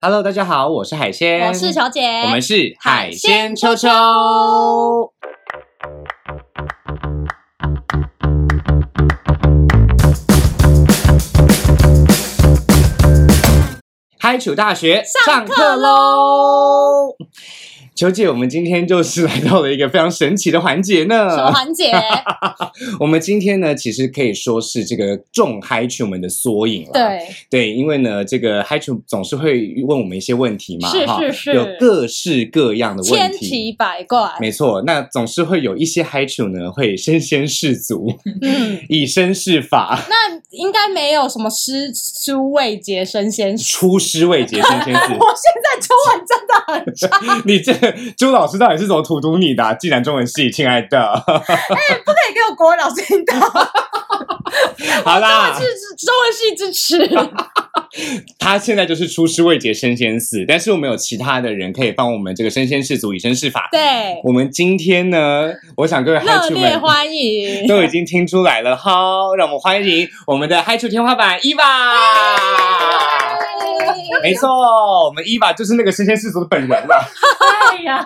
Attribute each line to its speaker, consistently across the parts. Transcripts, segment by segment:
Speaker 1: Hello，大家好，我是海鲜，
Speaker 2: 我是小姐，
Speaker 1: 嗯我们是海鲜秋秋。开楚大学
Speaker 2: 上 课
Speaker 1: 喽！球姐，我们今天就是来到了一个非常神奇的环节呢。
Speaker 2: 什么环 节？
Speaker 1: 我们今天呢，其实可以说是这个众嗨群们的缩影了。
Speaker 2: 对，
Speaker 1: 对，因为呢，这个嗨群总是会问我们一些问题嘛，
Speaker 2: 是
Speaker 1: 哈
Speaker 2: 是是
Speaker 1: 有各式各样的问
Speaker 2: 千
Speaker 1: 题。
Speaker 2: 奇百怪。
Speaker 1: 没错，那总是会有一些嗨群呢，会身先士卒，
Speaker 2: 嗯，
Speaker 1: 以身试法，
Speaker 2: 那应该没有什么诗书未解身 先死。
Speaker 1: 出师未捷身先
Speaker 2: 我
Speaker 1: 死。
Speaker 2: 现在中文真的很差，
Speaker 1: 你这个朱老师到底是怎么荼毒你的、啊？暨南中文系，亲爱的，
Speaker 2: 不可以给我国文老师听到，
Speaker 1: 好啦，
Speaker 2: 是是中文系 支持。
Speaker 1: 他现在就是出师未捷身先死，但是我们有其他的人可以帮我们这个身先士卒，以身试法。
Speaker 2: 对，
Speaker 1: 我们今天呢，我想各位嗨
Speaker 2: 热
Speaker 1: 群
Speaker 2: 烈
Speaker 1: 们
Speaker 2: 欢迎。
Speaker 1: 都已经听出来了，好，让我们欢迎我们的嗨出天花板伊娃。
Speaker 2: 哎
Speaker 1: 没错，我们伊娃就是那个身先士卒的本人 了。哎
Speaker 3: 对呀，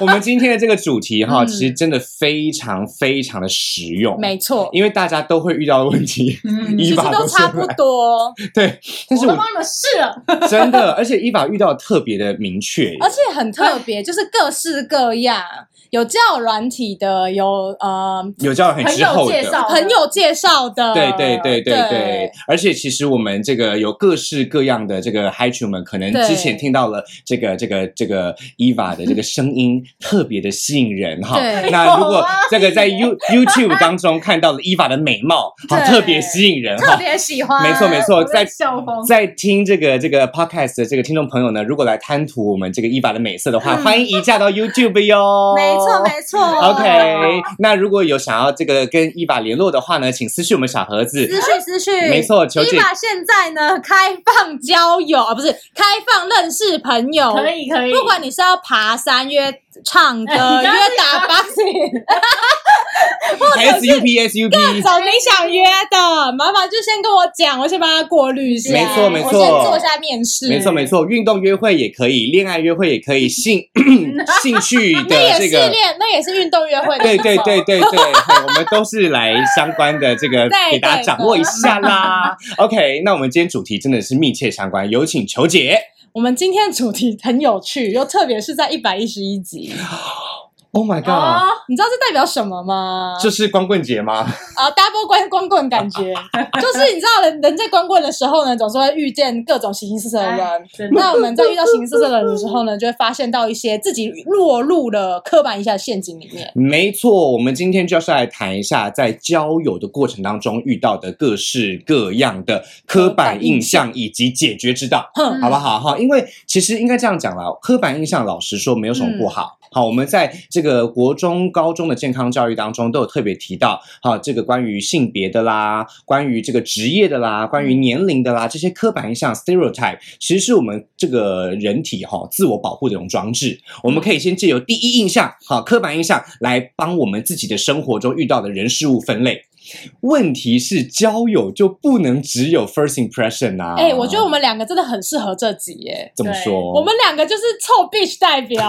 Speaker 1: 我们今天的这个主题哈，
Speaker 2: 嗯
Speaker 1: 其实真的非常非常的实用，
Speaker 2: 没错，
Speaker 1: 因为大家都会遇到的问题，
Speaker 3: 嗯，
Speaker 1: 伊
Speaker 2: 其实
Speaker 1: 娃
Speaker 2: 都
Speaker 1: 是
Speaker 2: 差不 多，
Speaker 1: 对。但是
Speaker 3: 我
Speaker 1: 我
Speaker 3: 都帮你们试了，
Speaker 1: 真的，而且伊娃遇到的特别的明确，
Speaker 2: 而且很特别，就是各式各样，有教软体的，有呃
Speaker 1: 有教很
Speaker 3: 朋
Speaker 1: 之后
Speaker 3: 友
Speaker 1: 的
Speaker 3: 介。绍，
Speaker 2: 朋友介绍的，
Speaker 1: 对对对对
Speaker 2: 呃对
Speaker 1: 对，而且其实我们这个有各式各样的这个嗨群们，可能
Speaker 2: 对
Speaker 1: 之前听到了这个这个这个 Eva 的这个声 音特别的吸引人哈
Speaker 2: 对。
Speaker 1: 那如 果
Speaker 3: 有啊
Speaker 1: 这个在 You YouTube 当中看到了 Eva 的美貌，好
Speaker 2: 对
Speaker 1: 特别吸引人
Speaker 3: 特
Speaker 1: 哈。
Speaker 3: 别喜欢，
Speaker 1: 没错没错
Speaker 3: 我在
Speaker 1: 在
Speaker 3: 校风，
Speaker 1: 在听这个这个 podcast 的这个听众朋友呢，如果来贪图我们这个 Eva 的美色的话，
Speaker 2: 嗯
Speaker 1: 欢迎移驾到 YouTube 哟。
Speaker 2: 没错没错
Speaker 1: 哦 OK，那如果有想要这个跟伊娃联络的话呢，请私讯我们小盒子。
Speaker 2: 资讯资讯，
Speaker 1: 没错，求
Speaker 2: 伊
Speaker 1: 姐
Speaker 2: 娃现在呢开放交友啊，不是开放认识朋友，
Speaker 3: 可以可以，
Speaker 2: 不管你是要爬山、约唱歌、
Speaker 3: 哎
Speaker 2: 约
Speaker 3: 你刚刚
Speaker 2: 打巴 士，
Speaker 1: S U P S U P，
Speaker 2: 找你想约的，麻烦就先跟我讲，我先帮他过滤一下。
Speaker 1: 没错没错
Speaker 2: 我先做一下面试。
Speaker 1: 没错没错，运动约会也可以，恋爱约会也可以，兴兴趣
Speaker 2: 那
Speaker 1: 的
Speaker 2: 也
Speaker 1: 这
Speaker 2: 是
Speaker 1: 个。
Speaker 2: 练，那也是运动约会的
Speaker 1: 对
Speaker 2: 一种。
Speaker 1: 对对对对，嘿我们都是来相关的这个
Speaker 2: 对
Speaker 1: 给大家掌握一下啦。OK，那我们今天主题真的是密切相关，有请球姐。
Speaker 2: 我们今天的主题很有趣，又特别是在一百一十一集，
Speaker 1: Oh my god，
Speaker 3: 哦，
Speaker 2: 你知道这代表什么吗？
Speaker 1: 这是光棍节吗？
Speaker 2: 啊，double 光光棍感 觉，就是你知道人人在光棍的时候呢，总是会遇见各种形形色色的人。
Speaker 3: 真的
Speaker 2: 那我们在遇到形形色色的人的时候呢，就会发现到一些自己落入了刻板印象的陷阱里面。
Speaker 1: 没错，我们今天就是来谈一下在交友的过程当中遇到的各式各样的刻板印象以及解决之道，
Speaker 3: 嗯
Speaker 2: 哼，
Speaker 1: 好不好？哈，因为其实应该这样讲啦，刻板印象老实说没有什么
Speaker 2: 嗯
Speaker 1: 不好。好，我们在这个国中、高中的健康教育当中都有特别提到，好，这个关于性别的啦，关于这个职业的啦，关
Speaker 2: 嗯
Speaker 1: 于年龄的啦，这些刻板印象 stereotype，其实是我们这个人体哈、自我保护的一种装置。我们可以先借由第一印象、好刻板印象来帮我们自己的生活中遇到的人事物分类。问题是交友就不能只有 first impression 啊！
Speaker 2: 哎、我觉得我们两个真的很适合这集耶。
Speaker 1: 怎么
Speaker 3: 对
Speaker 1: 说？
Speaker 2: 我们两个就是臭 bitch 代 表，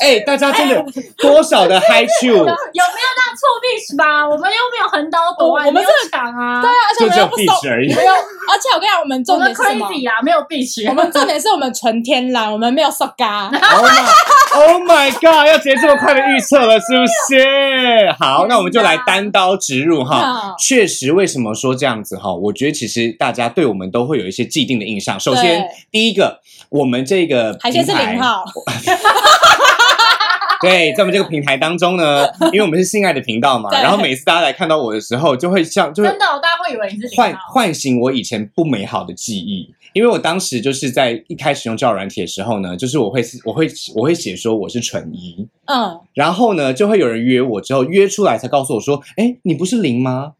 Speaker 1: 哎、大家真的多少的
Speaker 2: 哎
Speaker 1: high
Speaker 3: 有
Speaker 1: Q，
Speaker 3: 没有到臭 bitch 吧？我们又没有横刀夺
Speaker 2: 我
Speaker 3: 爱，
Speaker 2: 我们
Speaker 3: 没有抢啊，
Speaker 2: 对啊，而且
Speaker 1: 就只
Speaker 2: 我们又
Speaker 1: 有
Speaker 2: 不收
Speaker 1: bitch，而已。
Speaker 2: 没有而且我跟你讲，我们
Speaker 3: 我
Speaker 2: 重
Speaker 3: 们
Speaker 2: 点是什么？
Speaker 3: crazy 啊，没有 bitch，
Speaker 2: 我们重点是我们纯天然，我们没有啊 so 嘎。
Speaker 1: Oh my, oh my god！要直接这么快的预测了，是不是？好，那我们就来单刀直入哈
Speaker 2: 好。
Speaker 1: 确实，为什么说这样子哈？我觉得其实大家对我们都会有一些既定的印象。首先
Speaker 2: 对，
Speaker 1: 第一个，我们这个
Speaker 2: 海鲜是
Speaker 1: 平台
Speaker 2: 零号，
Speaker 1: 对，在我们这个平台当中 呢，因为我们是性爱的频道嘛，
Speaker 2: 对
Speaker 1: 然后每次大家来看到我的时候，就会像就会
Speaker 3: 真的哦，大家会以为你是
Speaker 1: 唤
Speaker 3: 零号，
Speaker 1: 唤醒我以前不美好的记忆，因为我当时就是在一开始用交友软体的时候呢，就是我会我会我会写说我是纯一，
Speaker 2: 嗯，
Speaker 1: 然后呢就会有人约我，之后约出来才告诉我说，哎，你不是零吗？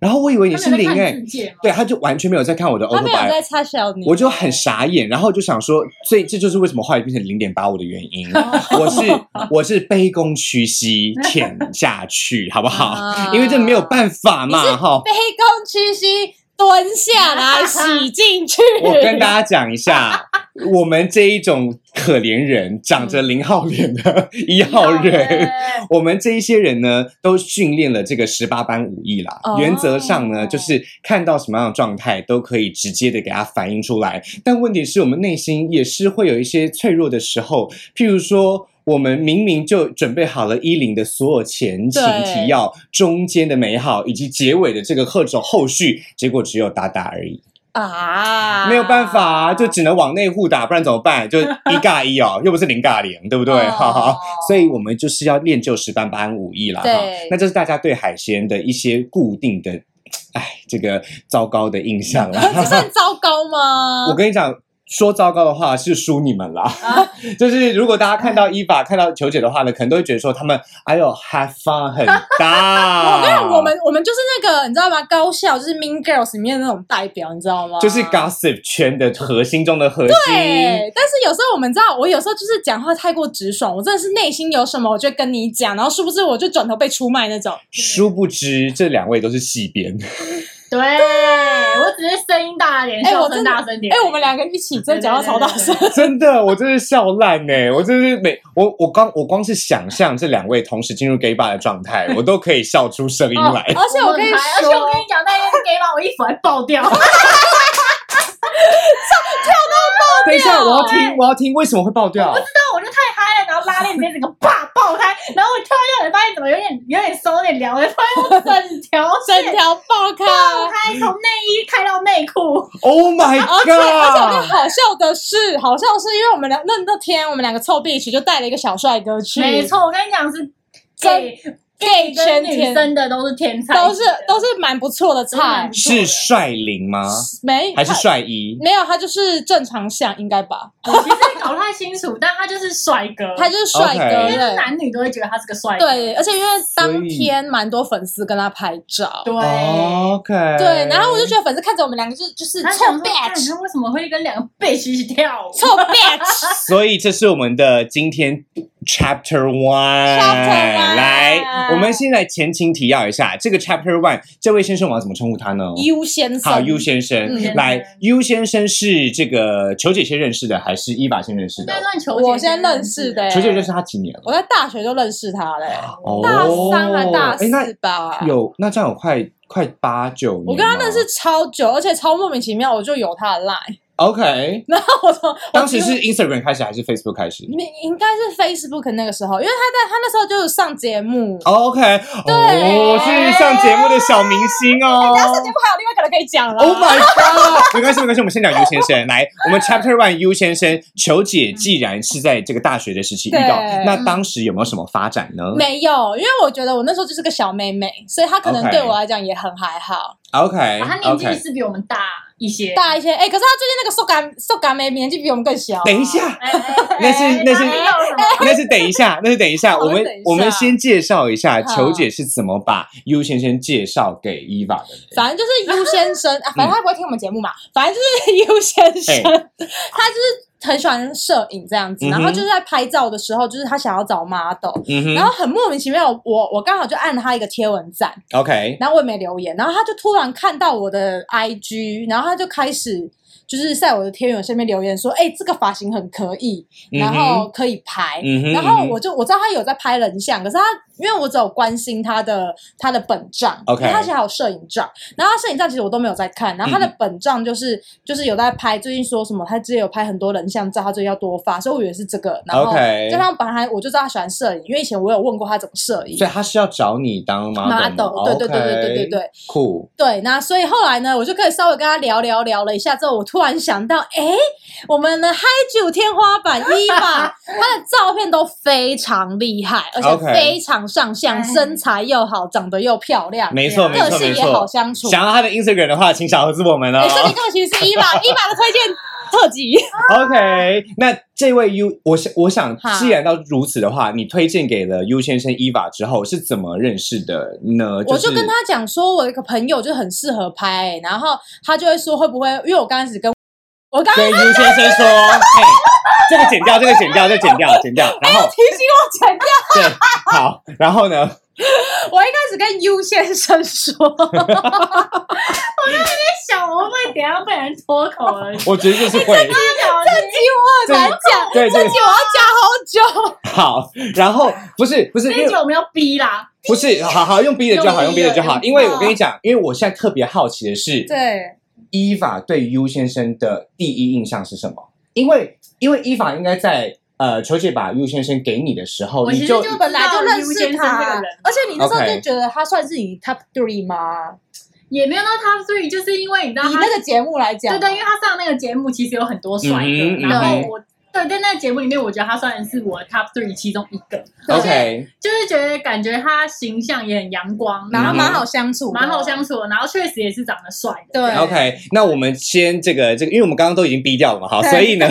Speaker 1: 然后我以为你是零
Speaker 3: 他们
Speaker 1: 哎、
Speaker 3: 在看世界吗
Speaker 1: 对，他就完全没有在看我的 o
Speaker 2: 他
Speaker 1: t
Speaker 2: 没
Speaker 1: o
Speaker 2: 有
Speaker 1: b
Speaker 2: 在插小你，
Speaker 1: 我就很傻眼，然后就想说，所以这就是为什么后来变成零点八五的原因。我是我是卑躬屈膝舔下去，好不好？
Speaker 2: 啊
Speaker 1: 因为这没有办法嘛，哈。
Speaker 2: 卑躬屈膝。蹲下来洗进去。
Speaker 1: 我跟大家讲一下，我们这一种可怜人，长着零号脸的一号
Speaker 3: 嗯哦
Speaker 1: 人，我们这一些人呢，都训练了这个十八般武艺啦。
Speaker 2: 哦
Speaker 1: 原则上呢，就是看到什么样的状态，都可以直接的给它反映出来。但问题是我们内心也是会有一些脆弱的时候，譬如说。我们明明就准备好了衣领的所有前情
Speaker 2: 对
Speaker 1: 提要、中间的美好以及结尾的这个各种后续，结果只有打打而已。
Speaker 2: 啊，
Speaker 1: 没有办法、就只能往内互打，不然怎么办？ 就一尬一哦，又不是零尬零，对不对？
Speaker 2: 哦
Speaker 1: 哈哈，所以我们就是要练就十般般武艺啦。
Speaker 2: 对
Speaker 1: 哈，那这是大家对海鲜的一些固定的，哎，这个糟糕的印象 啦。
Speaker 2: 这算糟糕
Speaker 1: 我
Speaker 2: 吗？
Speaker 1: 跟你讲。说糟糕的话是输你们啦，
Speaker 2: 啊
Speaker 1: 就是如果大家看到伊法、看到球姐的话呢，可能都会觉得说他们哎呦 have fun 很大。
Speaker 2: 我跟你讲，我们我们就是那个你知道吗？高校就是 Mean Girls 里面的那种代表，你知道吗？
Speaker 1: 就是 gossip 圈的核心中的核心。
Speaker 2: 对，但是有时候我们知道，我有时候就是讲话太过直爽，我真的是内心有什么我就跟你讲，然后殊不知我就转头被出卖那种。
Speaker 1: 殊不知这两位都是戏编。
Speaker 3: 对，我只是声音大一点，
Speaker 2: 哎我
Speaker 3: 笑
Speaker 2: 真
Speaker 3: 声
Speaker 2: 的
Speaker 3: 大声点。
Speaker 2: 哎、我们两个一起真的讲话超大声，
Speaker 1: 真的，我真是笑烂哎、我真是每我我刚我光是想象这两位同时进入 gay bar 的状态，我都可以笑出声音来。
Speaker 2: 而且我
Speaker 3: 我
Speaker 2: 跟
Speaker 3: 跟
Speaker 2: 你
Speaker 3: 你，
Speaker 2: 说，
Speaker 3: 而且我跟你讲，那天 gay 吧，我衣服还爆掉。
Speaker 1: 等一下，我要
Speaker 2: 欸
Speaker 1: 听，我要听，为什么会爆掉？
Speaker 3: 那我就太嗨了，然后拉链直接整个啪爆开， 然后我跳下来发现怎么有点有点收点凉，我发现我整条
Speaker 2: 整
Speaker 3: 线
Speaker 2: 条爆开。啊
Speaker 3: 爆开，从内衣开到内裤，
Speaker 1: Oh my
Speaker 2: 而且而且哦我跟你
Speaker 1: god！
Speaker 2: 好笑的是，好笑的是因为我们两那那天我们两个凑在一起就带了一个小帅哥去，
Speaker 3: 没错，我跟你讲是
Speaker 2: 真
Speaker 3: gay
Speaker 2: ，gay
Speaker 3: 跟
Speaker 2: 圈
Speaker 3: 女
Speaker 2: 天
Speaker 3: 生的都是天才级的，
Speaker 2: 都是都是蛮不错的菜，
Speaker 1: 是帅林吗？
Speaker 2: 没
Speaker 1: 还是
Speaker 2: 他
Speaker 1: 帅一？
Speaker 2: 没有他就是正常像应该吧，
Speaker 3: 我其实搞不太清楚，但他就是帅哥，
Speaker 2: 他就是帅
Speaker 1: OK
Speaker 2: 哥
Speaker 3: 因为
Speaker 2: 对
Speaker 3: 男女都会觉得他是个帅哥，
Speaker 2: 对，而且因为
Speaker 1: 所
Speaker 2: 当
Speaker 1: 以
Speaker 2: 天蛮多粉丝跟他拍照，
Speaker 3: 对。
Speaker 1: OK。
Speaker 2: 对，然后我就觉得粉丝看着我们两个就是就是
Speaker 3: 他
Speaker 2: 臭
Speaker 3: 想说，干
Speaker 2: bitch，
Speaker 3: 他为什么会跟两个 bitch 一起跳舞？
Speaker 2: 臭 bitch，
Speaker 1: 所以这是我们的今天 Chapter One。
Speaker 2: Chapter one
Speaker 1: 来，我们先来前情提要一下，这个 Chapter One 这位先生我要怎么称呼他呢？
Speaker 2: 优先 生，
Speaker 1: 好，U 先生，
Speaker 2: 嗯
Speaker 1: 来，U 先生是这个球姐先认识的，还是伊娃先认识
Speaker 3: 应
Speaker 1: 的
Speaker 3: 该？算球姐，
Speaker 2: 我现在认识的，
Speaker 1: 球姐认识，他几年了？
Speaker 2: 我在大学就认识他嘞，
Speaker 1: 哦
Speaker 2: 大三还大
Speaker 1: 哎那
Speaker 2: 四吧，
Speaker 1: 有，那这样有快快八九年吗。
Speaker 2: 我跟他认识超久，而且超莫名其妙，我就有他的 line，
Speaker 1: ，OK，
Speaker 2: 然后我嗯从
Speaker 1: 当时是 Instagram 开始还是 Facebook 开始
Speaker 2: 你应该是 Facebook 那个时候，因为他在他那时候就是上节目，
Speaker 1: 哦？OK，哦，是上节目的小明星 哦。
Speaker 2: 上节目还有另外一个人可以讲了。
Speaker 1: Oh my god！没关 系，没关系，我们先讲 U 先生。来，我们 Chapter One U 先生，球姐既然是在这个大学的时期遇到，
Speaker 2: 对嗯
Speaker 1: 那当时有没有什么发展呢
Speaker 2: 没有，因为我觉得我那时候就是个小妹妹，所以她可能
Speaker 1: OK
Speaker 2: 对我来讲也很还好
Speaker 1: ？OK，
Speaker 3: 啊他年
Speaker 1: OK。
Speaker 3: 纪是比我们大一些。
Speaker 2: 大一些。哎、可是她最近那个瘦感瘦感妹年纪比我们更小、啊。
Speaker 1: 等一，下，
Speaker 3: 哎，哎哎
Speaker 1: 那是那是
Speaker 3: 哎哎哎
Speaker 1: 那是等一 下，那是等一下，
Speaker 2: 好
Speaker 1: 我们
Speaker 2: 等一下
Speaker 1: 我们先介绍一下
Speaker 2: 好
Speaker 1: 球姐是怎么把 U 先生介绍给 Eva 的人。
Speaker 2: 反正就是 U 先生，啊、
Speaker 1: 嗯
Speaker 2: 反正他不会听我们节目嘛。反正就是 U 先生， 他就是很喜欢摄影这样子，
Speaker 1: 嗯哼
Speaker 2: 然后就是在拍照的时候，就是他想要找 model。
Speaker 1: 嗯
Speaker 2: 然
Speaker 1: 哼
Speaker 2: 后很莫名其妙，我我刚好就按他一个贴文赞，
Speaker 1: ，OK，
Speaker 2: 然后我也没留言，然后他就突然看到我的 IG，然后他就开始就是在我的贴文下面留言说：“哎、这个发型很可以，然后可以拍。
Speaker 1: 嗯哼，
Speaker 2: 然后
Speaker 1: 嗯哼
Speaker 2: 我就我知道他有在拍人像，可是他因为我只有关心他的他的本账
Speaker 1: OK
Speaker 2: 因为他其实还有摄影账，然后他摄影账其实我都没有在看，然后他
Speaker 1: 嗯
Speaker 2: 的本账就是、就是有在拍，最近说什么他之前有拍很多人像照，他最近要多发，所以我以为是这个，然后
Speaker 1: OK
Speaker 2: 加上本来我就知道他喜欢摄影，因为以前我有问过他怎么摄影
Speaker 1: 所以他是要找你当 model，吗
Speaker 2: model，对对对对对对
Speaker 1: OK，
Speaker 2: 对，
Speaker 1: 酷，
Speaker 2: 对，那所以后来呢，我就可以稍微跟他聊聊聊了一下之后，我突然想到，哎，我们的嗨九天花板伊 娃，她的照片都非常厉害，而且
Speaker 1: OK
Speaker 2: 非常上相，
Speaker 3: 哎
Speaker 2: 身材又好，长得又漂亮，
Speaker 1: 没错没
Speaker 2: 个
Speaker 1: 错没
Speaker 2: 性也好
Speaker 1: 错。
Speaker 2: 相处。
Speaker 1: 想要他的 Instagram 的话，请小盒子我们哦
Speaker 2: 哎，。所以你根本其实是伊娃，伊娃的推荐特辑。
Speaker 1: OK，那这位 U，我想我想
Speaker 2: 好，
Speaker 1: 既然到如此的话，你推荐给了 U 先生 Eva 之后是怎么认识的呢？
Speaker 2: 我
Speaker 1: 是
Speaker 2: 就跟他讲说，我有一个朋友就很适合拍、然后他就会说会不会？因为我刚开始跟我刚刚
Speaker 1: 对 U 先生说，嘿，这个剪掉，这个剪掉，这个剪掉，剪掉，然后
Speaker 2: 提醒我讲
Speaker 1: 对，好，然后呢？
Speaker 2: 我一开始跟 U 先生说，
Speaker 3: 想我会不会等一下被人脱口 而出？
Speaker 1: 我觉得就是会
Speaker 3: 这
Speaker 2: 这集我很难讲，
Speaker 1: 对对
Speaker 2: 这集我要讲好久。
Speaker 1: 好，然后不是不是因
Speaker 3: 这一集
Speaker 1: 为
Speaker 3: 我们要逼啦，
Speaker 1: 不是，好好用逼的就好，用
Speaker 3: 用
Speaker 1: 逼
Speaker 3: 逼
Speaker 1: 的
Speaker 3: 的
Speaker 1: 就好
Speaker 3: 用，逼的
Speaker 1: 因为我跟你讲，因为我现在特别好奇的是，
Speaker 2: 对，
Speaker 1: 伊法对 U 先生的第一印象是什么？因为因为伊法应该在呃球姐把 U 先生给你的时候，
Speaker 3: 我
Speaker 1: 你
Speaker 3: 其实
Speaker 1: 就
Speaker 3: 就
Speaker 2: 本来就认
Speaker 3: U
Speaker 2: 识
Speaker 3: 先生这
Speaker 2: 他
Speaker 3: 个人，
Speaker 2: 而且你那时候
Speaker 1: OK
Speaker 2: 就觉得他算是你 top three 吗？
Speaker 3: 也没有到 top three，就是因为你知道
Speaker 2: 以
Speaker 3: 他
Speaker 2: 那个节目来讲，
Speaker 3: 对对，因为他上那个节目其实有很多帅
Speaker 1: 嗯
Speaker 3: 哥，
Speaker 1: 哼
Speaker 3: 然后
Speaker 1: 嗯哼
Speaker 3: 我对在那个节目里面，我觉得他算是我 top three 其中一个，
Speaker 1: OK
Speaker 3: 就是觉得感觉他形象也很阳光，
Speaker 2: 然后蛮
Speaker 1: 嗯
Speaker 2: 好相处，
Speaker 3: 蛮好相
Speaker 2: 处。
Speaker 3: 处的，然后确实也是长得帅的，
Speaker 2: 对
Speaker 1: OK，那我们先这个这个，因为我们刚刚都已经逼掉了嘛，哈，
Speaker 2: 对
Speaker 1: 所 以呢，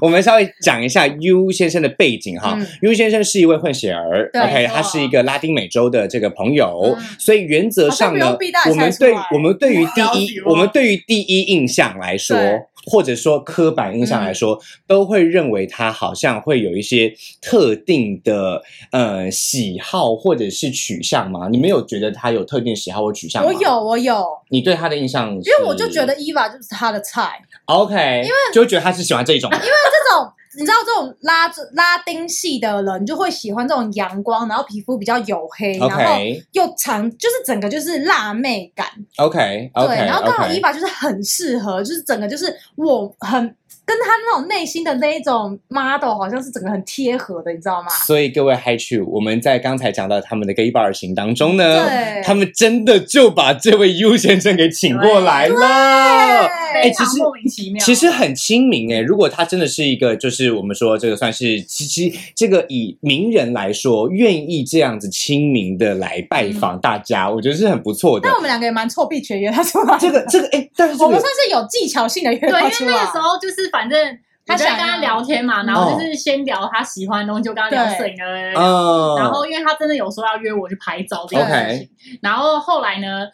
Speaker 1: 我们稍微讲一下 U 先生的背景哈。
Speaker 2: 嗯
Speaker 1: U 先生是一位混血儿
Speaker 2: 对
Speaker 1: ，OK，
Speaker 3: 没错
Speaker 1: 他是一个拉丁美洲的这个朋友，
Speaker 3: 嗯
Speaker 1: 所以原则上
Speaker 2: 好
Speaker 1: 呢
Speaker 2: 像不用逼大，家
Speaker 1: 我们
Speaker 2: 猜出
Speaker 1: 对
Speaker 2: 来
Speaker 1: 我们对于第
Speaker 3: 了
Speaker 1: 一
Speaker 3: 解，哦
Speaker 1: 我们对于第一印象来说
Speaker 2: 对，嗯
Speaker 1: 或者说刻板印象来说，都会认为他好像会有一些特定的呃喜好或者是取向吗？你们有觉得他有特定喜好或取向吗？
Speaker 2: 我，有我有，
Speaker 1: 你对他的印象是，
Speaker 2: 因为我就觉得 Eva 就是他的菜，
Speaker 1: OK，因为就会觉得他是喜欢这一种的，因为
Speaker 2: 这种你知道这种拉拉丁系的人就会喜欢这种阳光，然后皮肤比较黝黑，然后
Speaker 1: OK
Speaker 2: 又长，就是整个就是辣妹感。
Speaker 1: OK
Speaker 2: 对
Speaker 1: OK，
Speaker 2: 然后刚好
Speaker 1: OK
Speaker 2: 伊法就是很适合，就是整个就是我很跟他那种内心的那一种 model 好像是整个很贴合的，你知道吗？
Speaker 1: 所以各位嗨去，我们在刚才讲到他们的 gay bar 行当中呢，
Speaker 2: 对，
Speaker 1: 他们真的就把这位 U 先生给请过来了。
Speaker 2: 对
Speaker 1: 哎
Speaker 3: 非
Speaker 1: 其
Speaker 3: 常
Speaker 1: 实
Speaker 3: 莫名其妙。
Speaker 1: 其实很亲民诶，如果他真的是一个，就是我们说这个算是，其实这个以名人来说，愿意这样子亲民的来拜访大家，我觉得是很不错的
Speaker 2: 嗯但。我们两个也蛮臭屁全约他出来，
Speaker 1: 这个这个哎，但是这
Speaker 2: 我们
Speaker 1: 个
Speaker 2: 算是有技巧性的约
Speaker 3: 对，因
Speaker 2: 他
Speaker 3: 为
Speaker 2: 出来。
Speaker 3: 那个时候就是反正
Speaker 2: 他
Speaker 3: 他
Speaker 2: 想嗯
Speaker 3: 想跟他聊天嘛，然后就是先聊他喜欢的东西，就跟他聊摄影的。
Speaker 1: 嗯
Speaker 3: 然后因为他真的有说要约我去拍照这件事
Speaker 1: OK
Speaker 3: 情，然后后来呢，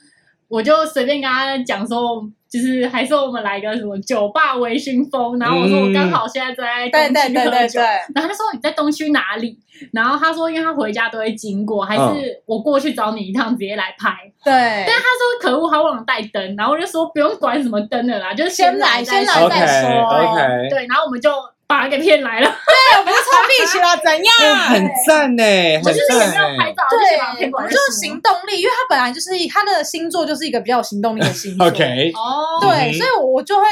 Speaker 3: 我就随便跟他讲说。就是还是我们来个什么酒吧微醺风，然后我说我
Speaker 1: 嗯
Speaker 3: 刚好现在在
Speaker 2: 对
Speaker 3: 东
Speaker 2: 对
Speaker 3: 区
Speaker 2: 对
Speaker 3: 喝
Speaker 2: 对
Speaker 3: 酒，
Speaker 2: 对，
Speaker 3: 然后他就说你在东区哪里？然后他说因为他回家都会经过，还
Speaker 1: 嗯
Speaker 3: 是我过去找你一趟直接来拍。
Speaker 2: 对
Speaker 3: 但，他说可恶，他忘了带灯，然后我就说不用管什么灯了啦，就是
Speaker 2: 先来
Speaker 3: 来
Speaker 2: 先
Speaker 3: 说
Speaker 2: 来再说
Speaker 1: OK，OK
Speaker 3: 对，然后我们就把他给骗来了，
Speaker 2: 对，我们就臭屁起来怎
Speaker 1: 哎
Speaker 2: 样？
Speaker 1: 很赞呢，很
Speaker 3: 就是也没
Speaker 1: 赞
Speaker 3: 有拍
Speaker 1: 哎。
Speaker 3: 照，就是把 他
Speaker 2: 对，
Speaker 3: 骗
Speaker 2: 我
Speaker 3: 过
Speaker 2: 们
Speaker 3: 来了。
Speaker 2: 就是行动力，因为他本来就是他的星座就是一个比较有行动力的 星座。
Speaker 1: OK，
Speaker 3: 哦，
Speaker 2: 对，
Speaker 1: 嗯
Speaker 2: 所以我我就会，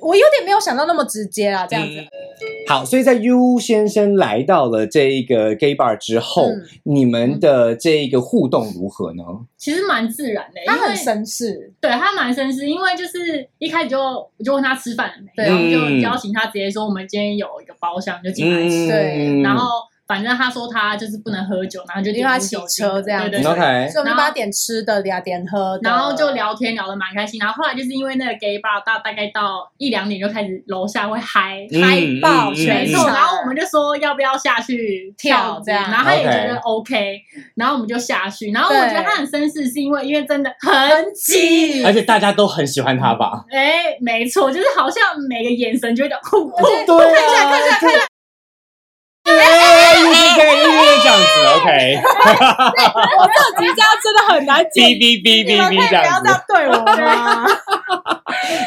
Speaker 2: 我有点没有想到那么直接啊啦，这样子。
Speaker 1: 好，所以在 U 先生来到了这一个 gay bar 之后，
Speaker 2: 嗯
Speaker 1: 你们的这一个互动如何呢？
Speaker 3: 其实蛮自然的，
Speaker 2: 他
Speaker 3: 因为
Speaker 2: 很绅士，
Speaker 3: 对他蛮绅士，因为就是一开始就我就问他吃饭了没，
Speaker 2: 对
Speaker 3: 然后就
Speaker 1: 嗯
Speaker 3: 邀请他直接说我们今天有一个包厢就进来吃，
Speaker 1: 嗯
Speaker 2: 对
Speaker 3: 嗯然后反正他说他就是不能喝酒，然后就
Speaker 2: 因为他
Speaker 3: 点无酒
Speaker 2: 骑
Speaker 3: 精
Speaker 2: 车这样
Speaker 3: 对对
Speaker 2: 子
Speaker 3: 对
Speaker 1: OK，
Speaker 2: 所以我们就
Speaker 3: 然后
Speaker 2: 帮他点吃的，给他点喝的，
Speaker 3: 然后就。聊天聊得蛮开心，然后后来就是因为那个 gay bar 大大概到一两点就开始楼下会嗨，
Speaker 1: 嗯
Speaker 2: 嗨爆
Speaker 3: 没
Speaker 2: 全
Speaker 3: 错，
Speaker 2: 场
Speaker 3: 然后我们就说要不要下去
Speaker 2: 跳
Speaker 3: 舞
Speaker 2: 这样
Speaker 3: 然后他也觉得
Speaker 1: OK
Speaker 3: OK，然后我们就下去，然后我
Speaker 2: 对
Speaker 3: 觉得他很绅士，是因为因为真的很挤，
Speaker 1: 而且大家都很喜欢他吧？
Speaker 3: 哎，没错，就是好像每个眼神就会讲酷酷，
Speaker 1: 对啊，看起来，看起来，看起来。哎对，因为这样子，OK，
Speaker 2: 我哦这集这样真的很难
Speaker 1: 哔
Speaker 2: 剪，
Speaker 1: 哔哔
Speaker 2: 你
Speaker 1: 哔
Speaker 2: 们可以
Speaker 1: 哔
Speaker 2: 不
Speaker 1: 这
Speaker 2: 要
Speaker 1: 样
Speaker 2: 这样
Speaker 1: 子。
Speaker 2: 对我吗？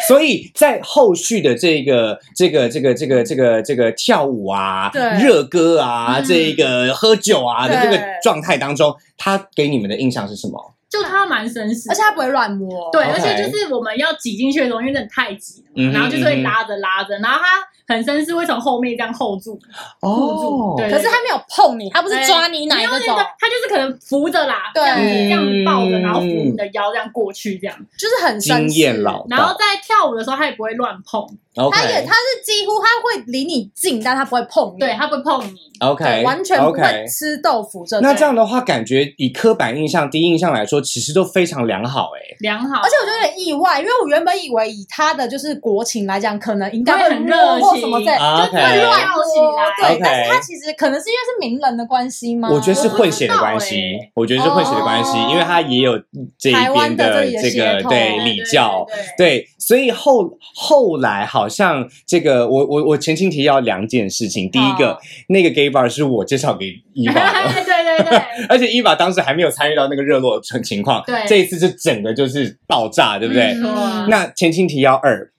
Speaker 1: 所以在后续的这个、这个、这个、这个、这个、这个跳舞啊、
Speaker 2: 对
Speaker 1: 热歌啊、
Speaker 3: 嗯
Speaker 1: 这个喝酒啊的这个
Speaker 2: 对
Speaker 1: 状态当中，他给你们的印象是什么？
Speaker 3: 就他蛮绅 士，
Speaker 2: 而且他不会乱摸，
Speaker 3: 对
Speaker 1: OK
Speaker 3: 而且就是我们要挤进去的时候，因为真的太挤了嘛，
Speaker 1: 嗯哼
Speaker 3: 然后就是会
Speaker 1: 嗯哼
Speaker 3: 拉着拉着，然后他很绅士，会从后面这样 hold 住，
Speaker 1: 哦，
Speaker 3: 对
Speaker 2: 可是他没有碰你，他不是抓你奶
Speaker 3: 没有
Speaker 2: 那
Speaker 3: 那
Speaker 2: 种
Speaker 3: 个，，他就是可能扶着啦，
Speaker 2: 对
Speaker 3: 这样子这样子抱着，
Speaker 1: 嗯
Speaker 3: 然后扶你的腰这样过去这样，
Speaker 2: 就是很绅
Speaker 1: 经
Speaker 2: 士
Speaker 1: 验老
Speaker 3: 然后
Speaker 1: 道
Speaker 3: 在跳舞的时候他也不会乱碰，
Speaker 1: ，OK，
Speaker 2: 他也他是几乎他会离你近，但他不会碰你，
Speaker 3: 对，他不会碰你。
Speaker 1: OK，
Speaker 2: 对完全不
Speaker 1: OK
Speaker 2: 会吃豆腐这种。
Speaker 1: 那这样的话，感觉以刻板印象、第一印象来说，其实都非常良好哎、
Speaker 3: 良好，
Speaker 2: 而且我就有点意外，因为我原本以为以他的就是国情来讲，可能应该
Speaker 3: 会很热
Speaker 2: 摸或
Speaker 3: 情
Speaker 2: 什么之类，
Speaker 1: 啊
Speaker 2: 就是会
Speaker 1: OK
Speaker 2: 乱摸。对
Speaker 1: OK
Speaker 2: 但是他其实可能是因为是名人的关系吗？
Speaker 1: 我觉得是
Speaker 3: 不
Speaker 1: 混血的
Speaker 3: 知道
Speaker 1: 关系
Speaker 3: 欸，
Speaker 1: 我觉得是混血的关系，
Speaker 2: 哦
Speaker 1: 因为他也有这一
Speaker 2: 台
Speaker 1: 边
Speaker 2: 湾的这里的
Speaker 1: 这
Speaker 2: 血
Speaker 1: 个
Speaker 2: 统
Speaker 1: 对
Speaker 3: 对
Speaker 1: 礼教，，
Speaker 3: 对对对
Speaker 1: 对，所以后后来好好像这个我我我前情提要两件事情，第一个
Speaker 3: 好
Speaker 1: 那个 gay bar 是我介绍给伊 娃的。
Speaker 3: 对对对，
Speaker 1: 而且伊娃当时还没有参与到那个热络情情况，
Speaker 3: 对
Speaker 1: 这一次是整个就是爆炸，对不对？
Speaker 2: 嗯
Speaker 3: 没错啊
Speaker 1: 那前情提要二，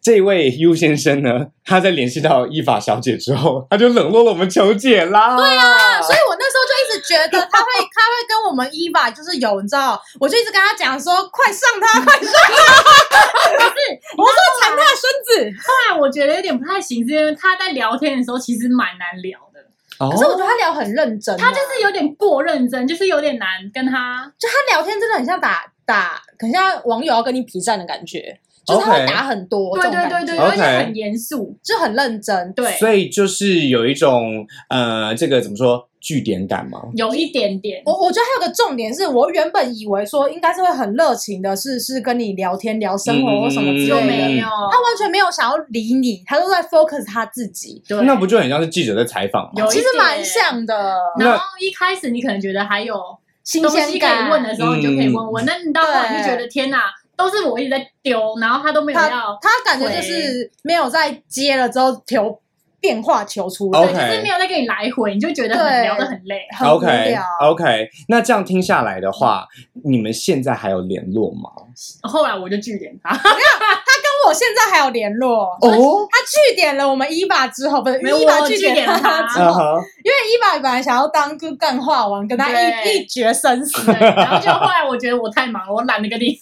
Speaker 1: 这位 U 先生呢，他在联系到伊法小姐之后，他就冷落了我们球姐啦。对啊
Speaker 2: 所以我那时候就一直觉得 他会，他会跟我们伊娃就是有，你知道，我就一直跟他讲说，快上 他，快上他，我说缠他的身子。
Speaker 3: 后来我觉得有点不太行，是因为他在聊天的时候其实蛮难聊的，
Speaker 1: 哦
Speaker 2: 可是我觉得他聊很认真啊，
Speaker 3: 他就是有点过认真，就是有点难跟他
Speaker 2: 就他聊天真的很像打打，很像网友要跟你比战的感觉，就是他
Speaker 1: OK
Speaker 2: 会打很多
Speaker 3: 对
Speaker 2: 这种
Speaker 3: 对
Speaker 2: 感
Speaker 3: 对
Speaker 2: 觉，
Speaker 3: 对，
Speaker 1: OK
Speaker 3: 而且很严肃，
Speaker 2: 就很认真。
Speaker 3: 对，
Speaker 1: 所以就是有一种呃，这个怎么说据点感吗？
Speaker 3: 有一点点，
Speaker 1: 嗯
Speaker 2: 我我觉得还有个重点是我原本以为说应该是会很热情的，是是跟你聊天聊生
Speaker 3: 嗯
Speaker 2: 活或什么之
Speaker 3: 就
Speaker 2: 类的，
Speaker 3: 没有，
Speaker 2: 他完全没有想要理你，他都在 focus 他自己，
Speaker 3: 对
Speaker 1: 那不就很像是记者在采访吗
Speaker 3: 有？一
Speaker 2: 其实
Speaker 3: 点
Speaker 2: 蛮像的。
Speaker 3: 然后一开始你可能觉得还有
Speaker 2: 新
Speaker 3: 东
Speaker 2: 鲜
Speaker 3: 西可
Speaker 2: 感
Speaker 3: 以问的时候，你就可以问问。那你到后来就觉得
Speaker 2: 对
Speaker 3: 天哪，都是我一直在丢，然后他都没有要，
Speaker 2: 他感觉就是没有在接了之后投变化球出来
Speaker 3: 对，
Speaker 1: OK
Speaker 3: 就是没有在跟你来回，你就觉得
Speaker 2: 对
Speaker 3: 很聊得很累。
Speaker 2: 很无
Speaker 1: OK
Speaker 2: 聊。
Speaker 1: OK，那这样听下来的话，你们现在还有联络吗？
Speaker 3: 后来我就拒点他，
Speaker 2: 跟我现在还有联络，
Speaker 1: 哦，
Speaker 2: 他据点了我们伊爸之后，不是
Speaker 3: 没有
Speaker 2: 伊爸
Speaker 3: 我
Speaker 2: 据
Speaker 3: 据点
Speaker 2: 他
Speaker 3: 他
Speaker 2: 之
Speaker 1: 嗯
Speaker 2: 后，
Speaker 1: 哼，
Speaker 2: 因为伊爸本来想要当个干话王，跟他
Speaker 3: 对
Speaker 2: 一一决生死。
Speaker 3: 对然后就后来我觉得我太忙了，我懒得跟 你。